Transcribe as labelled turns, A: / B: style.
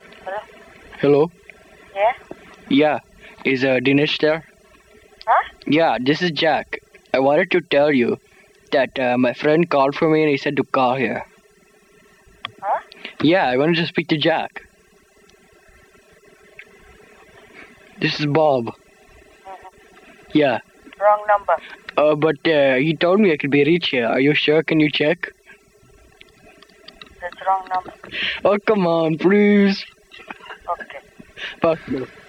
A: Hello?
B: Hello.
A: Yeah?
B: Yeah. Is uh, Dinesh there?
A: Huh?
B: Yeah, this is Jack. I wanted to tell you that uh, my friend called for me and he said to call here.
A: Huh?
B: Yeah, I wanted to speak to Jack. This is Bob. Yeah.
A: Wrong number.
B: Uh, but uh, he told me I could be reached here. Are you sure? Can you check?
A: That's wrong number.
B: Oh, come on, please.
A: Okay.
B: Fuck no.